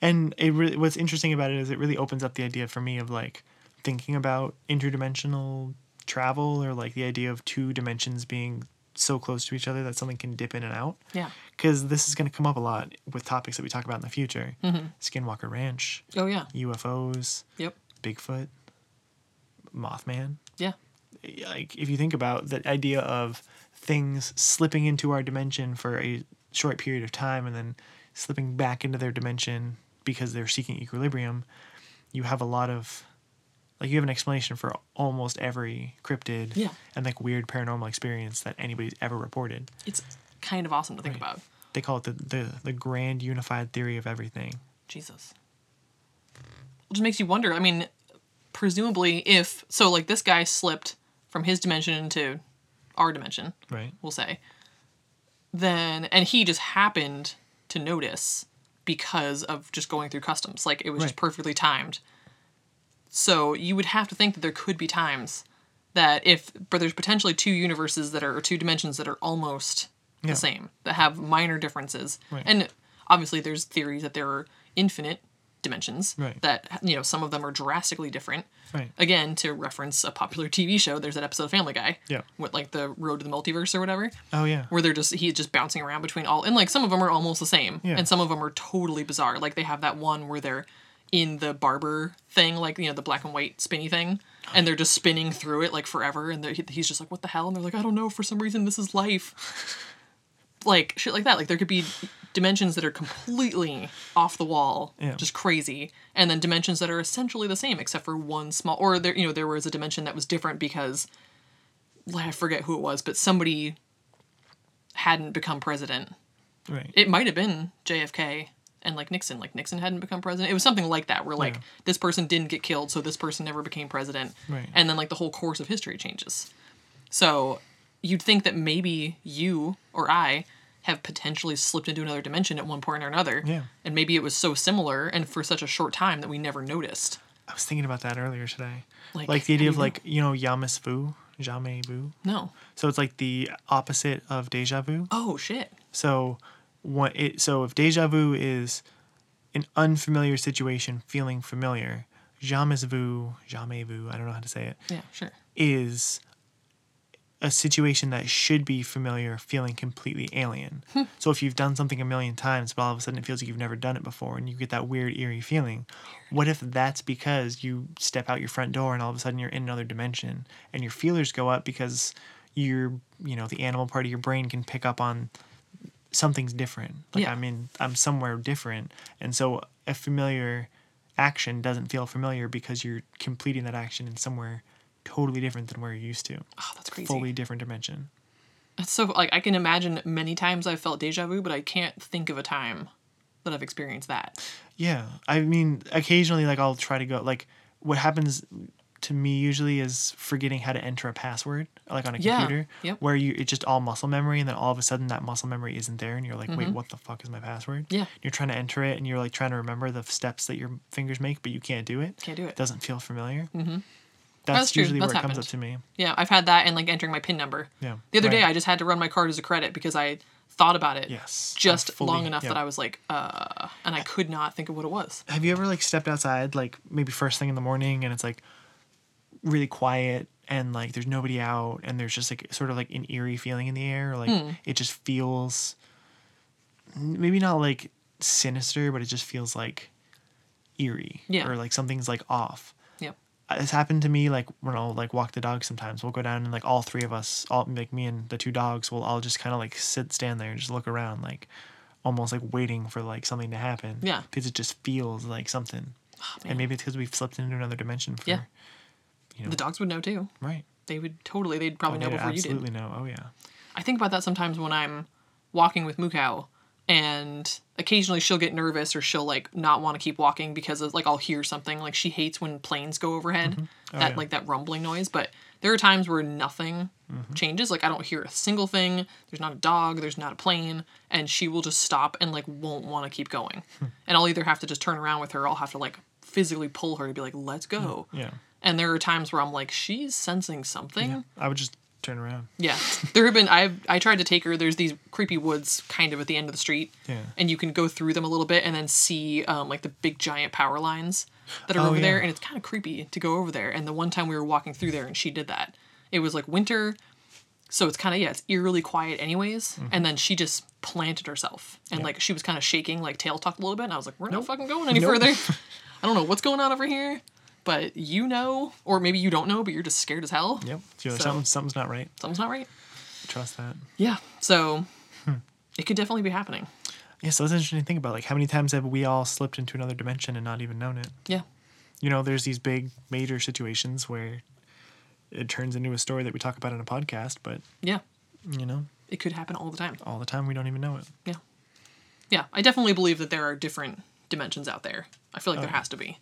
Speaker 2: And it really, what's interesting about it is it really opens up the idea for me of like thinking about interdimensional travel or like the idea of two dimensions being so close to each other that something can dip in and out.
Speaker 1: Yeah.
Speaker 2: Because this is going to come up a lot with topics that we talk about in the future Skinwalker Ranch,
Speaker 1: Oh yeah.
Speaker 2: UFOs,
Speaker 1: Yep.
Speaker 2: Bigfoot, Mothman.
Speaker 1: Yeah.
Speaker 2: Like, if you think about the idea of things slipping into our dimension for a short period of time and then slipping back into their dimension because they're seeking equilibrium, you have a lot of like you have an explanation for almost every cryptid
Speaker 1: Yeah.
Speaker 2: and like weird paranormal experience that anybody's ever reported.
Speaker 1: It's kind of awesome to think about.
Speaker 2: They call it the, the the grand unified theory of everything.
Speaker 1: Jesus. It just makes you wonder. I mean, presumably, if so, like this guy slipped from his dimension into our dimension,
Speaker 2: Right.
Speaker 1: we'll say, then, and he just happened to notice because of just going through customs. Like it was just
Speaker 2: Right.
Speaker 1: perfectly timed. So you would have to think that there could be times that if, but there's potentially two universes that are, or two dimensions that are almost
Speaker 2: Yeah.
Speaker 1: the same, that have minor differences.
Speaker 2: Right.
Speaker 1: And obviously there's theories that there are infinite dimensions
Speaker 2: Right.
Speaker 1: that, you know, some of them are drastically different
Speaker 2: Right.
Speaker 1: again to reference a popular TV show. There's that episode of Family Guy.
Speaker 2: Yeah.
Speaker 1: With like the Road to the Multiverse or whatever,
Speaker 2: Oh yeah.
Speaker 1: where they're just he's just bouncing around between all and like some of them are almost the same,
Speaker 2: Yeah.
Speaker 1: and some of them are totally bizarre. Like they have that one where they're in the barber thing, like you know the black and white spinny thing, and they're just spinning through it like forever, and they're- he- he's just like, "What the hell?" And they're like, "I don't know. For some reason, this is life." like shit, like that. Like there could be dimensions that are completely off the wall,
Speaker 2: Yeah.
Speaker 1: just crazy, and then dimensions that are essentially the same except for one small. Or there, you know, there was a dimension that was different because like, I forget who it was, but somebody hadn't become president.
Speaker 2: Right.
Speaker 1: It might have been JFK and like Nixon. Like Nixon hadn't become president. It was something like that where like
Speaker 2: Yeah.
Speaker 1: this person didn't get killed, so this person never became president.
Speaker 2: Right.
Speaker 1: And then like the whole course of history changes. So you'd think that maybe you or I have potentially slipped into another dimension at one point or another.
Speaker 2: Yeah.
Speaker 1: And maybe it was so similar and for such a short time that we never noticed.
Speaker 2: I was thinking about that earlier today. Like,
Speaker 1: Like,
Speaker 2: the
Speaker 1: how do
Speaker 2: idea
Speaker 1: you
Speaker 2: of
Speaker 1: know?
Speaker 2: like, you know, Yamas Vu, Jamais Vu.
Speaker 1: No.
Speaker 2: So it's like the opposite of deja vu.
Speaker 1: Oh shit.
Speaker 2: So what it so if deja vu is an unfamiliar situation feeling familiar, jamais vu, jamais vu, I don't know how to say it,
Speaker 1: Yeah, sure.
Speaker 2: is a situation that should be familiar feeling completely alien.
Speaker 1: Hmm.
Speaker 2: so if you've done something a million times, but all of a sudden it feels like you've never done it before and you get that weird eerie feeling. What if that's because you step out your front door and all of a sudden you're in another dimension and your feelers go up because your you know, the animal part of your brain can pick up on something's different. Like
Speaker 1: Yeah.
Speaker 2: I'm in I'm somewhere different. And so a familiar action doesn't feel familiar because you're completing that action in somewhere totally different than where you're used to.
Speaker 1: Oh, that's crazy.
Speaker 2: Fully different dimension.
Speaker 1: It's so like I can imagine many times I've felt deja vu, but I can't think of a time that I've experienced that.
Speaker 2: Yeah. I mean, occasionally like I'll try to go like what happens to me usually is forgetting how to enter a password like on a
Speaker 1: Yeah.
Speaker 2: computer
Speaker 1: Yep.
Speaker 2: where you it's just all muscle memory and then all of a sudden that muscle memory isn't there and you're like wait what the fuck is my password
Speaker 1: Mm-hmm. Yeah.
Speaker 2: you're trying to enter it and you're like trying to remember the steps that your fingers make but you can't do it
Speaker 1: Can't do it.
Speaker 2: doesn't feel familiar mm-hmm. that's,
Speaker 1: That's true.
Speaker 2: usually
Speaker 1: That's
Speaker 2: where it comes
Speaker 1: happened.
Speaker 2: up to me
Speaker 1: Yeah, I've had that and like entering my PIN number.
Speaker 2: Yeah,
Speaker 1: The other day
Speaker 2: right.
Speaker 1: I just had to run my card as a credit because I thought about it
Speaker 2: yes
Speaker 1: just
Speaker 2: I'm fully-
Speaker 1: long enough
Speaker 2: yeah.
Speaker 1: that I was like, uh, and I could not think of what it was.
Speaker 2: have you ever like stepped outside like maybe first thing in the morning and it's like really quiet and like there's nobody out and there's just like sort of like an eerie feeling in the air like it just feels maybe not like sinister but it just feels like eerie
Speaker 1: Yeah.
Speaker 2: or like something's like off
Speaker 1: Yep.
Speaker 2: it's happened to me like when I'll like walk the dog sometimes we'll go down and like all three of us all like me and the two dogs will all just kind of like sit stand there and just look around like almost like waiting for like something to happen
Speaker 1: Yeah. Ah,
Speaker 2: because it just feels like something
Speaker 1: man.
Speaker 2: and maybe it's because we've slipped into another dimension for
Speaker 1: Yeah.
Speaker 2: you know
Speaker 1: The dogs would know too.
Speaker 2: right
Speaker 1: They would totally. They'd probably know
Speaker 2: They'd
Speaker 1: before you did.
Speaker 2: Oh, absolutely know oh yeah
Speaker 1: I think about that sometimes when I'm walking with Mukau and occasionally she'll get nervous or she'll like not want to keep walking because of like I'll hear something like she hates when planes go overhead
Speaker 2: Oh,
Speaker 1: that
Speaker 2: yeah.
Speaker 1: like that rumbling noise but there are times where nothing
Speaker 2: Mm-hmm.
Speaker 1: changes like I don't hear a single thing there's not a dog there's not a plane and she will just stop and like won't want to keep going
Speaker 2: Hmm.
Speaker 1: and I'll either have to just turn around with her or I'll have to like physically pull her to be like let's go
Speaker 2: Mm-hmm. yeah
Speaker 1: and there are times where I'm like she's sensing something
Speaker 2: I would just turn around
Speaker 1: yeah, there have been. I I tried to take her. There's these creepy woods kind of at the end of the street.
Speaker 2: Yeah.
Speaker 1: And you can go through them a little bit and then see um, like the big giant power lines that are
Speaker 2: Oh,
Speaker 1: over there,
Speaker 2: yeah.
Speaker 1: and it's kind of creepy to go over there. And the one time we were walking through there, and she did that. It was like winter, so it's kind of yeah, it's eerily quiet anyways.
Speaker 2: Mm-hmm.
Speaker 1: And then she just planted herself, and like she was kind of shaking, like tail tucked a little bit. And I was like, we're not fucking going any
Speaker 2: Nope.
Speaker 1: further. I don't know what's going on over here, but you know, or maybe you don't know, but you're just scared as hell.
Speaker 2: yep so,
Speaker 1: So-
Speaker 2: something, something's not right
Speaker 1: Something's not right.
Speaker 2: trust that
Speaker 1: Yeah. So it could definitely be happening.
Speaker 2: yeah so that's interesting to think about like how many times have we all slipped into another dimension and not even known it
Speaker 1: Yeah.
Speaker 2: you know, there's these big major situations where it turns into a story that we talk about in a podcast, but
Speaker 1: Yeah.
Speaker 2: you know,
Speaker 1: It could happen all the time.
Speaker 2: all the time we don't even know it.
Speaker 1: Yeah. Yeah. I definitely believe that there are different dimensions out there. I feel like there has to be.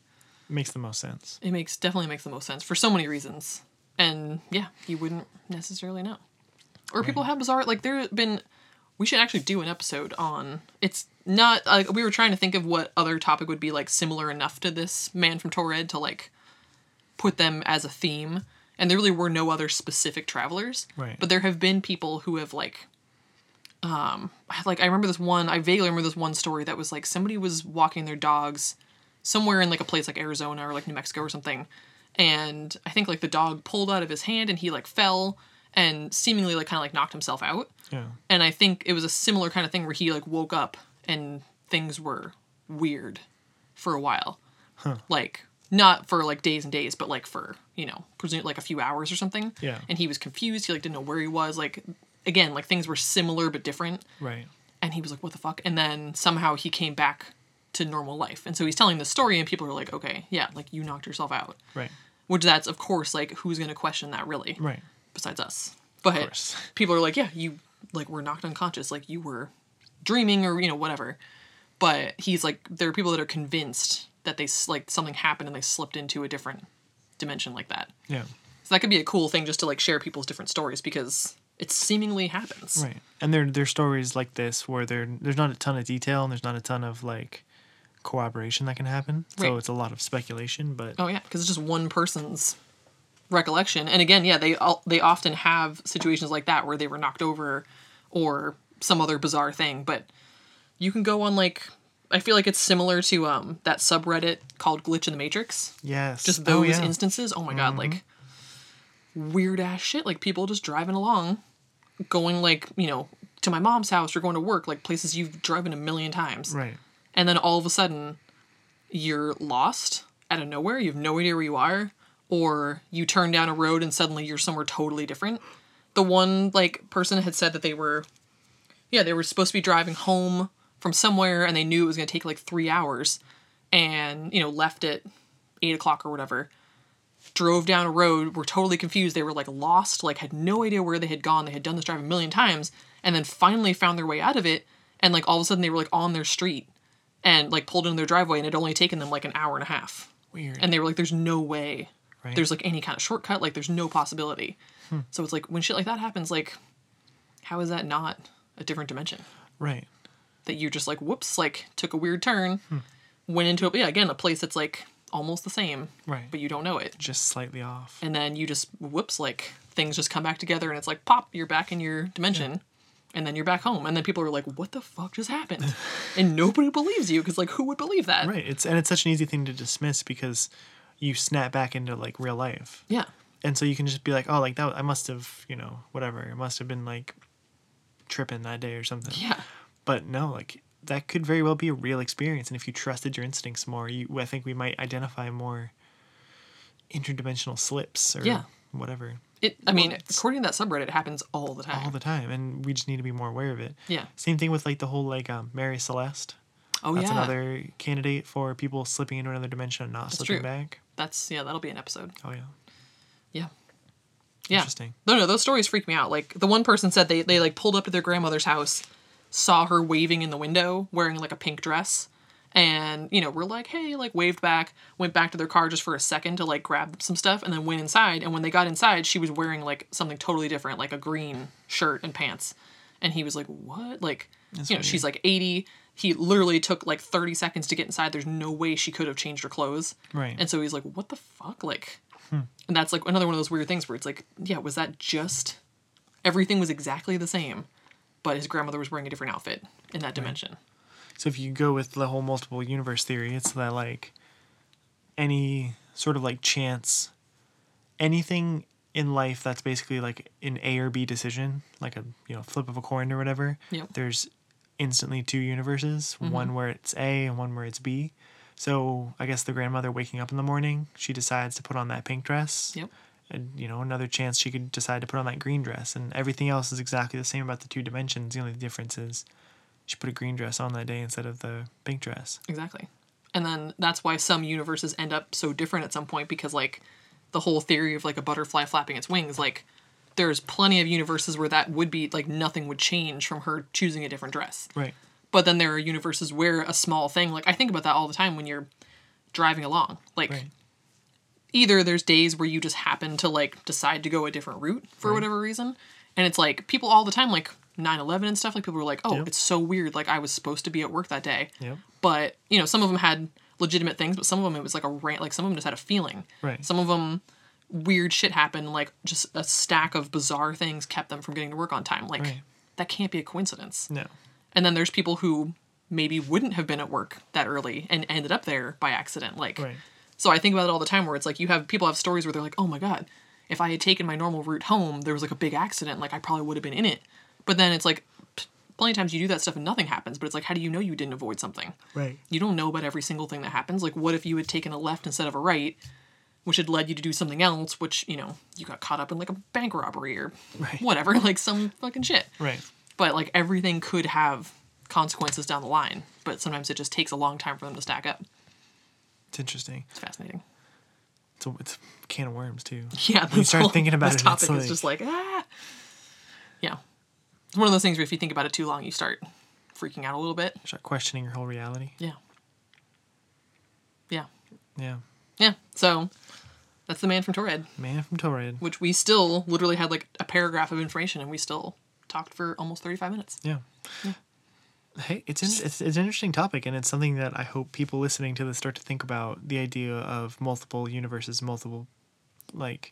Speaker 2: Makes the most sense.
Speaker 1: It makes definitely makes the most sense for so many reasons. And yeah, you wouldn't necessarily know. Or people have bizarre like there have been we should actually do an episode on it's not like we were trying to think of what other topic would be like similar enough to this man from Torred to like put them as a theme. And there really were no other specific travelers.
Speaker 2: Right.
Speaker 1: But there have been people who have like um like I remember this one I vaguely remember this one story that was like somebody was walking their dogs somewhere in like a place like Arizona or like New Mexico or something. And I think like the dog pulled out of his hand and he like fell and seemingly like kind of like knocked himself out.
Speaker 2: Yeah.
Speaker 1: And I think it was a similar kind of thing where he like woke up and things were weird for a while. Like not for like days and days, but like for, you know, presume like a few hours or something.
Speaker 2: Yeah.
Speaker 1: And he was confused. He like didn't know where he was. Like again, like things were similar but different
Speaker 2: Right.
Speaker 1: and he was like, "What the fuck?" And then somehow he came back to normal life, and so he's telling the story, and people are like, "Okay, yeah, like you knocked yourself out,"
Speaker 2: Right.
Speaker 1: which that's of course like who's gonna question that really,
Speaker 2: Right.
Speaker 1: Besides us, but
Speaker 2: course.
Speaker 1: people are like, "Yeah, you like were knocked unconscious, like you were dreaming or you know whatever," but he's like, there are people that are convinced that they s- like something happened and they slipped into a different dimension like that.
Speaker 2: Yeah.
Speaker 1: So that could be a cool thing just to like share people's different stories because it seemingly happens.
Speaker 2: Right. And there there are stories like this where there there's not a ton of detail and there's not a ton of like cooperation that can happen. So
Speaker 1: Right.
Speaker 2: it's a lot of speculation, but
Speaker 1: Oh yeah, because it's just one person's recollection. And again, yeah, they all, they often have situations like that where they were knocked over or some other bizarre thing. But you can go on like I feel like it's similar to um that subreddit called Glitch in the Matrix.
Speaker 2: yes.
Speaker 1: Just
Speaker 2: Oh,
Speaker 1: those
Speaker 2: yeah. Mm-hmm.
Speaker 1: instances. Oh my god, like weird ass shit. Like people just driving along, going like you know to my mom's house or going to work, like places you've driven a million times
Speaker 2: Right.
Speaker 1: and then all of a sudden you're lost out of nowhere you have no idea where you are or you turn down a road and suddenly you're somewhere totally different the one like person had said that they were yeah, they were supposed to be driving home from somewhere and they knew it was going to take like three hours and, you know, left at eight o'clock or whatever. Drove down a road, were totally confused. They were like lost, like had no idea where they had gone. They had done this drive a million times and then finally found their way out of it. And like all of a sudden they were like on their street and like pulled into their driveway and it had only taken them like an hour and a half.
Speaker 2: Weird.
Speaker 1: And they were like, there's no way
Speaker 2: right? Hmm.
Speaker 1: there's like any kind of shortcut like there's no possibility so it's like when shit like that happens like how is that not a different dimension
Speaker 2: right.
Speaker 1: that you just like whoops like took a weird turn
Speaker 2: Hmm.
Speaker 1: went into a, yeah again a place that's like almost the same
Speaker 2: Right.
Speaker 1: but you don't know it
Speaker 2: Just slightly off.
Speaker 1: and then you just whoops like things just come back together and it's like pop you're back in your dimension and then you're back home and then people are like what the fuck just happened and nobody believes you because like who would believe that
Speaker 2: Right. It's and it's such an easy thing to dismiss because you snap back into like real life.
Speaker 1: yeah
Speaker 2: And so you can just be like, "Oh, like that I must have, you know, whatever. It must have been like tripping that day or something."
Speaker 1: yeah
Speaker 2: But no, like that could very well be a real experience and if you trusted your instincts more, you I think we might identify more interdimensional slips or
Speaker 1: Yeah.
Speaker 2: whatever
Speaker 1: it i mean
Speaker 2: it's-
Speaker 1: according to that subreddit it happens all the time
Speaker 2: all the time and we just need to be more aware of it.
Speaker 1: yeah
Speaker 2: Same thing with like the whole like um, Mary Celeste.
Speaker 1: oh
Speaker 2: That's
Speaker 1: yeah
Speaker 2: another candidate for people slipping into another dimension and not slipping
Speaker 1: true.
Speaker 2: back.
Speaker 1: That's yeah, that'll be an episode.
Speaker 2: Oh yeah.
Speaker 1: Yeah. Yeah.
Speaker 2: Interesting.
Speaker 1: No, no, those stories freak me out. Like the one person said they they like pulled up to their grandmother's house, saw her waving in the window, wearing like a pink dress, and you know, were like, hey, like waved back, went back to their car just for a second to like grab some stuff and then went inside. And when they got inside, she was wearing like something totally different, like a green shirt and pants. And he was like, What? Like you know,
Speaker 2: weird.
Speaker 1: she's like eighty. He literally took like thirty seconds to get inside. There's no way she could have changed her clothes.
Speaker 2: Right.
Speaker 1: And so he's like, what the fuck? Like, and that's like another one of those weird things where it's like, yeah, was that just everything was exactly the same, but his grandmother was wearing a different outfit in that dimension.
Speaker 2: So if you go with the whole multiple universe theory, it's that like any sort of like chance, anything in life that's basically like an A or B decision, like a you know flip of a coin or whatever.
Speaker 1: Yep. Mm-hmm.
Speaker 2: There's instantly two universes, one where it's A and one where it's B. So I guess the grandmother waking up in the morning, she decides to put on that pink dress.
Speaker 1: Yep.
Speaker 2: And, you know, another chance she could decide to put on that green dress, and everything else is exactly the same about the two dimensions. The only difference is she put a green dress on that day instead of the pink dress.
Speaker 1: Exactly. And then that's why some universes end up so different at some point because like the whole theory of like a butterfly flapping its wings, like there's plenty of universes where that would be like nothing would change from her choosing a different dress.
Speaker 2: Right.
Speaker 1: but then there are universes where a small thing like i think about that all the time when you're driving along like
Speaker 2: Right.
Speaker 1: either there's days where you just happen to like decide to go a different route for whatever reason and it's like people all the time like 9-11 and stuff like people were like oh
Speaker 2: Yeah.
Speaker 1: it's so weird like i was supposed to be at work that day
Speaker 2: Yep.
Speaker 1: but you know some of them had legitimate things but some of them it was like a rant like some of them just had a feeling
Speaker 2: Right.
Speaker 1: some of them weird shit happened like just a stack of bizarre things kept them from getting to work on time like
Speaker 2: Right.
Speaker 1: that can't be a coincidence
Speaker 2: No.
Speaker 1: and then there's people who maybe wouldn't have been at work that early and ended up there by accident. Like,
Speaker 2: Right.
Speaker 1: so I think about it all the time where it's like you have people have stories where they're like, oh my God, if I had taken my normal route home, there was like a big accident. Like, I probably would have been in it. But then it's like, p- plenty of times you do that stuff and nothing happens. But it's like, how do you know you didn't avoid something?
Speaker 2: Right.
Speaker 1: You don't know about every single thing that happens. Like, what if you had taken a left instead of a right? Which had led you to do something else, which, you know, you got caught up in like a bank robbery or
Speaker 2: Right.
Speaker 1: whatever, like some fucking shit
Speaker 2: Right.
Speaker 1: but like everything could have consequences down the line but sometimes it just takes a long time for them to stack up
Speaker 2: It's interesting.
Speaker 1: it's fascinating
Speaker 2: It's a, it's a can of worms too.
Speaker 1: yeah
Speaker 2: When you
Speaker 1: this
Speaker 2: start
Speaker 1: whole-
Speaker 2: thinking about
Speaker 1: this
Speaker 2: it,
Speaker 1: topic
Speaker 2: it's
Speaker 1: is just like ah yeah it's one of those things where if you think about it too long you start freaking out a little bit
Speaker 2: Start questioning your whole reality.
Speaker 1: yeah yeah
Speaker 2: Yeah.
Speaker 1: yeah so that's the man from Torred
Speaker 2: Man from Torrid.
Speaker 1: which we still literally had like a paragraph of information and we still talked for almost 35 minutes
Speaker 2: Yeah. Hey, it's, in, it's it's an interesting topic, and it's something that I hope people listening to this start to think about the idea of multiple universes, multiple like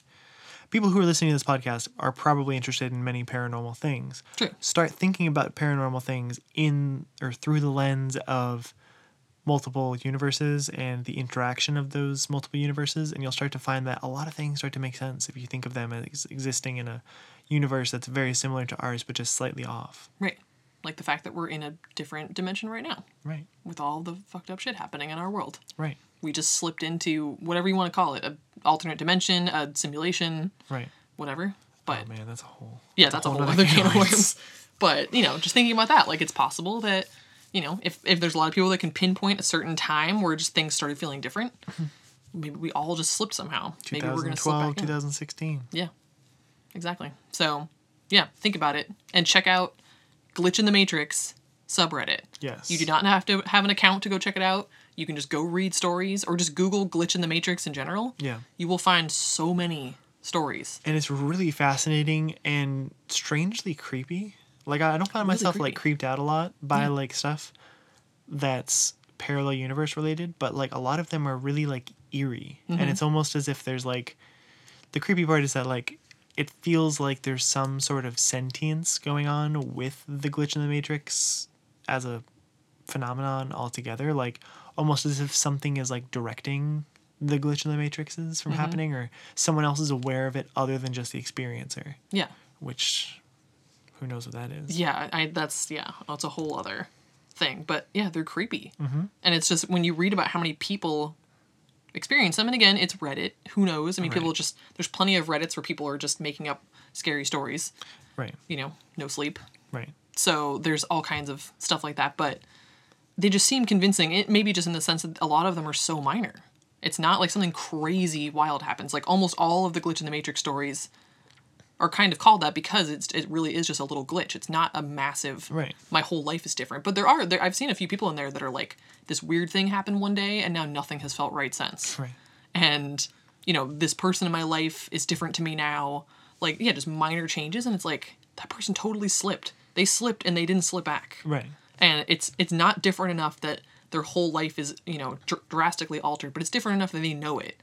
Speaker 2: people who are listening to this podcast are probably interested in many paranormal things.
Speaker 1: True.
Speaker 2: Start thinking about paranormal things in or through the lens of multiple universes and the interaction of those multiple universes and you'll start to find that a lot of things start to make sense if you think of them as existing in a universe that's very similar to ours but just slightly off.
Speaker 1: right like the fact that we're in a different dimension right now
Speaker 2: Right.
Speaker 1: with all the fucked up shit happening in our world
Speaker 2: Right.
Speaker 1: we just slipped into whatever you want to call it a alternate dimension a simulation
Speaker 2: Right.
Speaker 1: whatever but
Speaker 2: Oh man, that's a whole.
Speaker 1: yeah that's a whole
Speaker 2: nother
Speaker 1: other can of
Speaker 2: can of
Speaker 1: worms But, you know, just thinking about that, like it's possible that, you know, if, if there's a lot of people that can pinpoint a certain time where just things started feeling different, maybe we all just slipped somehow. Maybe we're going to slip
Speaker 2: 2012,
Speaker 1: back in.
Speaker 2: 2016.
Speaker 1: Yeah, exactly. So, yeah, think about it and check out Glitch in the Matrix subreddit.
Speaker 2: Yes.
Speaker 1: You do not have to have an account to go check it out. You can just go read stories or just Google Glitch in the Matrix in general.
Speaker 2: Yeah.
Speaker 1: You will find so many stories.
Speaker 2: And it's really fascinating and strangely creepy. Like I I don't find myself like
Speaker 1: creepy.
Speaker 2: creeped out a lot by like stuff that's parallel universe related, but like a lot of them are really like eerie.
Speaker 1: Mm-hmm.
Speaker 2: And it's almost as if there's like the creepy part is that like it feels like there's some sort of sentience going on with the glitch in the matrix as a phenomenon altogether like almost as if something is like directing the glitch in the matrixes from happening or someone else is aware of it other than just the experiencer
Speaker 1: Yeah.
Speaker 2: which who knows what that is
Speaker 1: Yeah, I that's yeah, that's a whole other thing. But yeah, they're creepy. Mm-hmm. And it's just when you read about how many people experience them, and again, it's Reddit. Who knows? I mean, people
Speaker 2: Right.
Speaker 1: just there's plenty of Reddits where people are just making up scary stories.
Speaker 2: right
Speaker 1: You know, no sleep.
Speaker 2: right
Speaker 1: So there's all kinds of stuff like that, but they just seem convincing. It maybe just in the sense that a lot of them are so minor. It's not like something crazy wild happens. Like almost all of the glitch in the matrix stories are kind of called that because it's it really is just a little glitch. It's not a massive
Speaker 2: Right.
Speaker 1: my whole life is different. But there are there I've seen a few people in there that are like this weird thing happened one day and now nothing has felt right since
Speaker 2: right
Speaker 1: and you know this person in my life is different to me now like yeah just minor changes and it's like that person totally slipped they slipped and they didn't slip back
Speaker 2: right
Speaker 1: and it's it's not different enough that their whole life is you know dr- drastically altered but it's different enough that they know it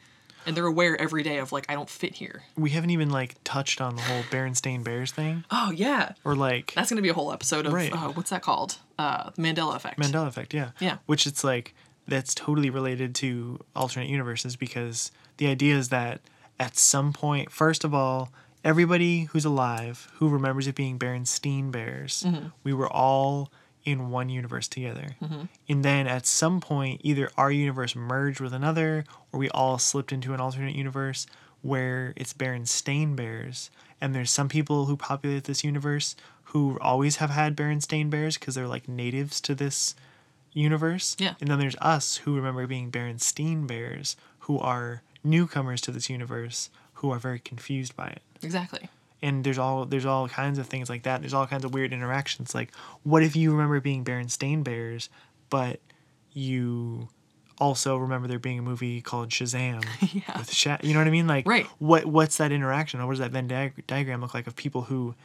Speaker 1: and they're aware every day of like i don't fit here
Speaker 2: we haven't even like touched on the whole berenstain bears thing
Speaker 1: oh yeah
Speaker 2: or like
Speaker 1: that's gonna be a whole episode of
Speaker 2: Right.
Speaker 1: uh, what's that called uh mandela effect
Speaker 2: Mandela effect, yeah.
Speaker 1: Yeah.
Speaker 2: Which it's like that's totally related to alternate universes because the idea is that at some point, first of all, everybody who's alive who remembers it being Berenstein Bears, we were all in one universe together. And then at some point, either our universe merged with another or we all slipped into an alternate universe where it's Berenstain Bears. And there's some people who populate this universe who always have had Berenstain Bears because they're like natives to this universe.
Speaker 1: Yeah.
Speaker 2: And then there's us who remember being Berenstein Bears, who are newcomers to this universe, who are very confused by it.
Speaker 1: exactly
Speaker 2: And there's all there's all kinds of things like that. There's all kinds of weird interactions. Like, what if you remember being Berenstain Bears, but you also remember there being a movie called Shazam
Speaker 1: Yeah.
Speaker 2: with Sha- you know what I mean? Like
Speaker 1: Right.
Speaker 2: what what's that interaction? Or what does that Venn diag- diagram look like of people who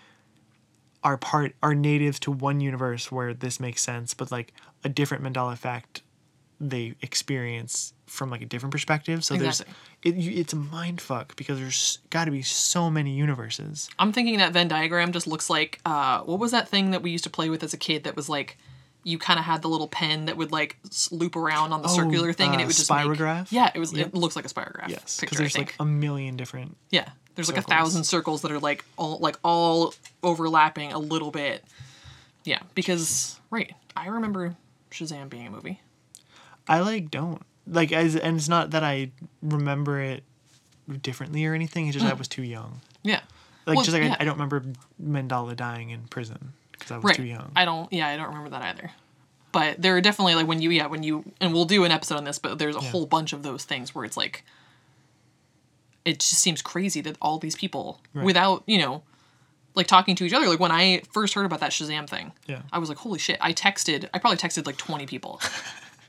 Speaker 2: are part are native to one universe where this makes sense, but like a different mandala fact they experience from like a different perspective. So
Speaker 1: Exactly.
Speaker 2: there's it, you, it's a mind fuck because there's got to be so many universes.
Speaker 1: I'm thinking that Venn diagram just looks like uh, what was that thing that we used to play with as a kid that was like you kind of had the little pen that would like s- loop around on the circular thing and
Speaker 2: uh,
Speaker 1: it would just make-
Speaker 2: spirograph?
Speaker 1: yeah, it was. It looks like a spirograph.
Speaker 2: Yes, because
Speaker 1: picture. I
Speaker 2: there's
Speaker 1: think.
Speaker 2: like a million different.
Speaker 1: yeah, there's like a
Speaker 2: circles.
Speaker 1: thousand circles that are like all like all overlapping a little bit. Yeah, because right, I remember Shazam being a movie.
Speaker 2: I like don't like as and it's not that I remember it differently or anything. It's just I was too young.
Speaker 1: Yeah, Mm.
Speaker 2: Like
Speaker 1: Well,
Speaker 2: just like
Speaker 1: yeah.
Speaker 2: I, I don't remember Mandala dying in prison because I was
Speaker 1: right.
Speaker 2: too young.
Speaker 1: I don't. Yeah, I don't remember that either. But there are definitely like when you yeah when you and we'll do an episode on this, but there's a whole bunch of those things where it's like it just seems crazy that all these people
Speaker 2: Right.
Speaker 1: without you know like talking to each other like when i first heard about that shazam thing
Speaker 2: Yeah.
Speaker 1: i was like holy shit i texted i probably texted like 20 people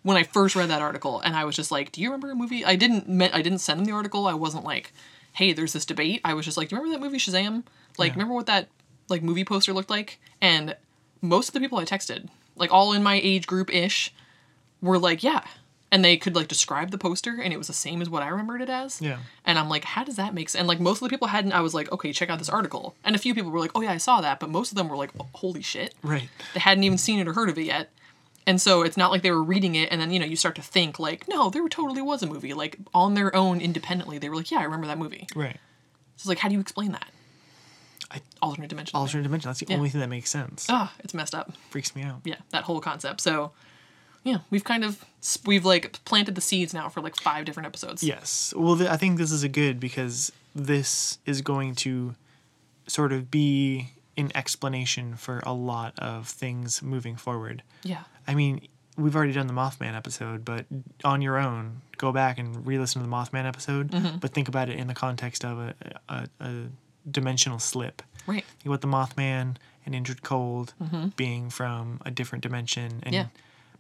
Speaker 1: when i first read that article and i was just like do you remember a movie i didn't me- i didn't send them the article i wasn't like hey there's this debate i was just like do you remember that movie shazam like
Speaker 2: Yeah.
Speaker 1: remember what that like movie poster looked like and most of the people i texted like all in my age group ish were like yeah and they could like describe the poster and it was the same as what i remembered it as
Speaker 2: yeah,
Speaker 1: and I'm like, how does that make sense? And like most of the people hadn't. I was like, okay, check out this article. And a few people were like, oh yeah, I saw that. But most of them were like, oh, holy shit,
Speaker 2: right.
Speaker 1: they hadn't even seen it or heard of it yet. And so it's not like they were reading it and then you know you start to think like, no, there totally was a movie. Like on their own, independently, they were like, yeah, I remember that movie.
Speaker 2: Right.
Speaker 1: So it's like, how do you explain that?
Speaker 2: I-
Speaker 1: Alternate dimension. thing.
Speaker 2: Alternate dimension. That's the only thing that makes sense.
Speaker 1: Ah, it's messed up.
Speaker 2: Freaks me out.
Speaker 1: Yeah, that whole concept. So yeah, we've kind of we've like planted the seeds now for like five different episodes.
Speaker 2: Yes. Well, th- I think this is a good because this is going to sort of be an explanation for a lot of things moving forward.
Speaker 1: Yeah.
Speaker 2: I mean, we've already done the Mothman episode, but on your own, go back and re-listen to the Mothman episode, but think about it in the context of a, a, a dimensional slip.
Speaker 1: Right.
Speaker 2: Think about the Mothman and Injured Cold being from a different dimension, and
Speaker 1: Yeah.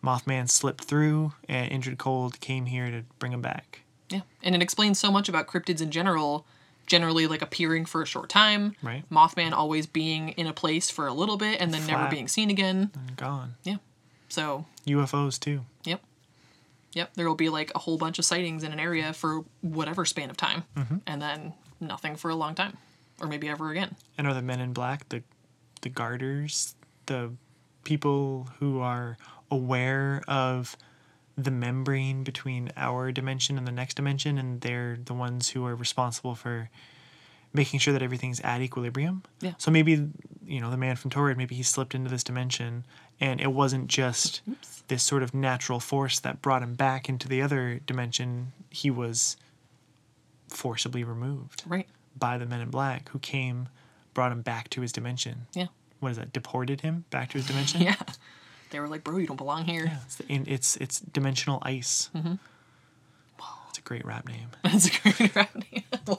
Speaker 2: Mothman slipped through, and Injured Cold came here to bring him back.
Speaker 1: Yeah. And it explains so much about cryptids in general, generally like appearing for a short time.
Speaker 2: Right.
Speaker 1: Mothman always being in a place for a little bit and then never
Speaker 2: Flat.
Speaker 1: being seen again.
Speaker 2: And gone.
Speaker 1: Yeah. So,
Speaker 2: UFOs too.
Speaker 1: yep. Yep. There will be like a whole bunch of sightings in an area for whatever span of time. And then nothing for a long time. Or maybe ever again.
Speaker 2: and are the men in black the the garters the people who are aware of the membrane between our dimension and the next dimension and they're the ones who are responsible for making sure that everything's at equilibrium
Speaker 1: Yeah.
Speaker 2: so maybe you know the man from torrid maybe he slipped into this dimension and it wasn't just this sort of natural force that brought him back into the other dimension he was forcibly removed
Speaker 1: Right.
Speaker 2: by the men in black who came, brought him back to his dimension.
Speaker 1: Yeah.
Speaker 2: What is that? Deported him back to his dimension.
Speaker 1: Yeah. They were like, bro, you don't belong here.
Speaker 2: It's, the, in, it's it's dimensional ice. Mm-hmm. It's a great rap name.
Speaker 1: That's a great rap name. wow.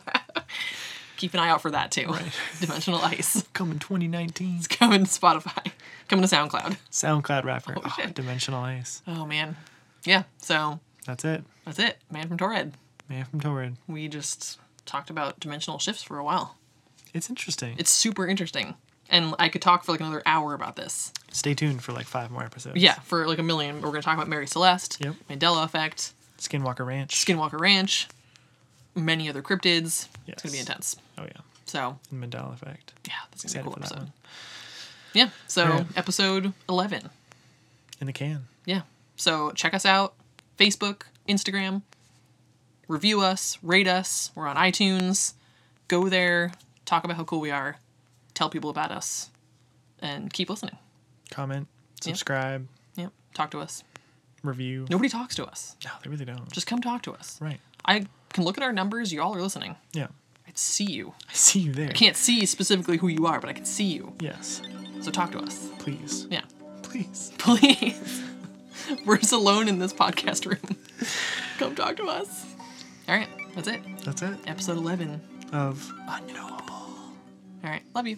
Speaker 1: Keep an eye out for that too. Dimensional Ice.
Speaker 2: Coming 2019.
Speaker 1: It's coming to Spotify. Coming to SoundCloud.
Speaker 2: SoundCloud rapper.
Speaker 1: Oh,
Speaker 2: Ah,
Speaker 1: shit.
Speaker 2: dimensional ice.
Speaker 1: Oh man. Yeah. So
Speaker 2: That's it.
Speaker 1: that's it. Man from Torred.
Speaker 2: Man from Torrid.
Speaker 1: We just talked about dimensional shifts for a while.
Speaker 2: It's interesting.
Speaker 1: It's super interesting. And I could talk for like another hour about this.
Speaker 2: Stay tuned for like five more episodes.
Speaker 1: Yeah, for like a million. We're gonna talk about Mary Celeste,
Speaker 2: Yep.
Speaker 1: Mandela effect,
Speaker 2: Skinwalker Ranch.
Speaker 1: Skinwalker Ranch, many other cryptids. It's gonna be
Speaker 2: Yes.
Speaker 1: intense.
Speaker 2: oh yeah.
Speaker 1: So
Speaker 2: And Mandela Effect.
Speaker 1: yeah, that's gonna
Speaker 2: Excited
Speaker 1: be a
Speaker 2: for
Speaker 1: cool
Speaker 2: that
Speaker 1: episode.
Speaker 2: one.
Speaker 1: Yeah. So
Speaker 2: Alright.
Speaker 1: episode eleven.
Speaker 2: In the can.
Speaker 1: Yeah. So check us out Facebook, Instagram, review us, rate us. We're on iTunes. Go there, talk about how cool we are, tell people about us, and keep listening.
Speaker 2: Comment. Subscribe.
Speaker 1: Yep. Talk to us.
Speaker 2: Review.
Speaker 1: Nobody talks to us.
Speaker 2: No, they really don't.
Speaker 1: Just come talk to us.
Speaker 2: right.
Speaker 1: I can look at our numbers. You all are listening.
Speaker 2: Yeah.
Speaker 1: I see you.
Speaker 2: I see you there.
Speaker 1: I can't see specifically who you are, but I can see you.
Speaker 2: Yes.
Speaker 1: So talk to us.
Speaker 2: Please.
Speaker 1: Yeah.
Speaker 2: Please.
Speaker 1: Please. We're just alone in this podcast room. come talk to us. All right. That's it.
Speaker 2: That's it.
Speaker 1: Episode 11.
Speaker 2: Of unknowable.
Speaker 1: All right. Love you.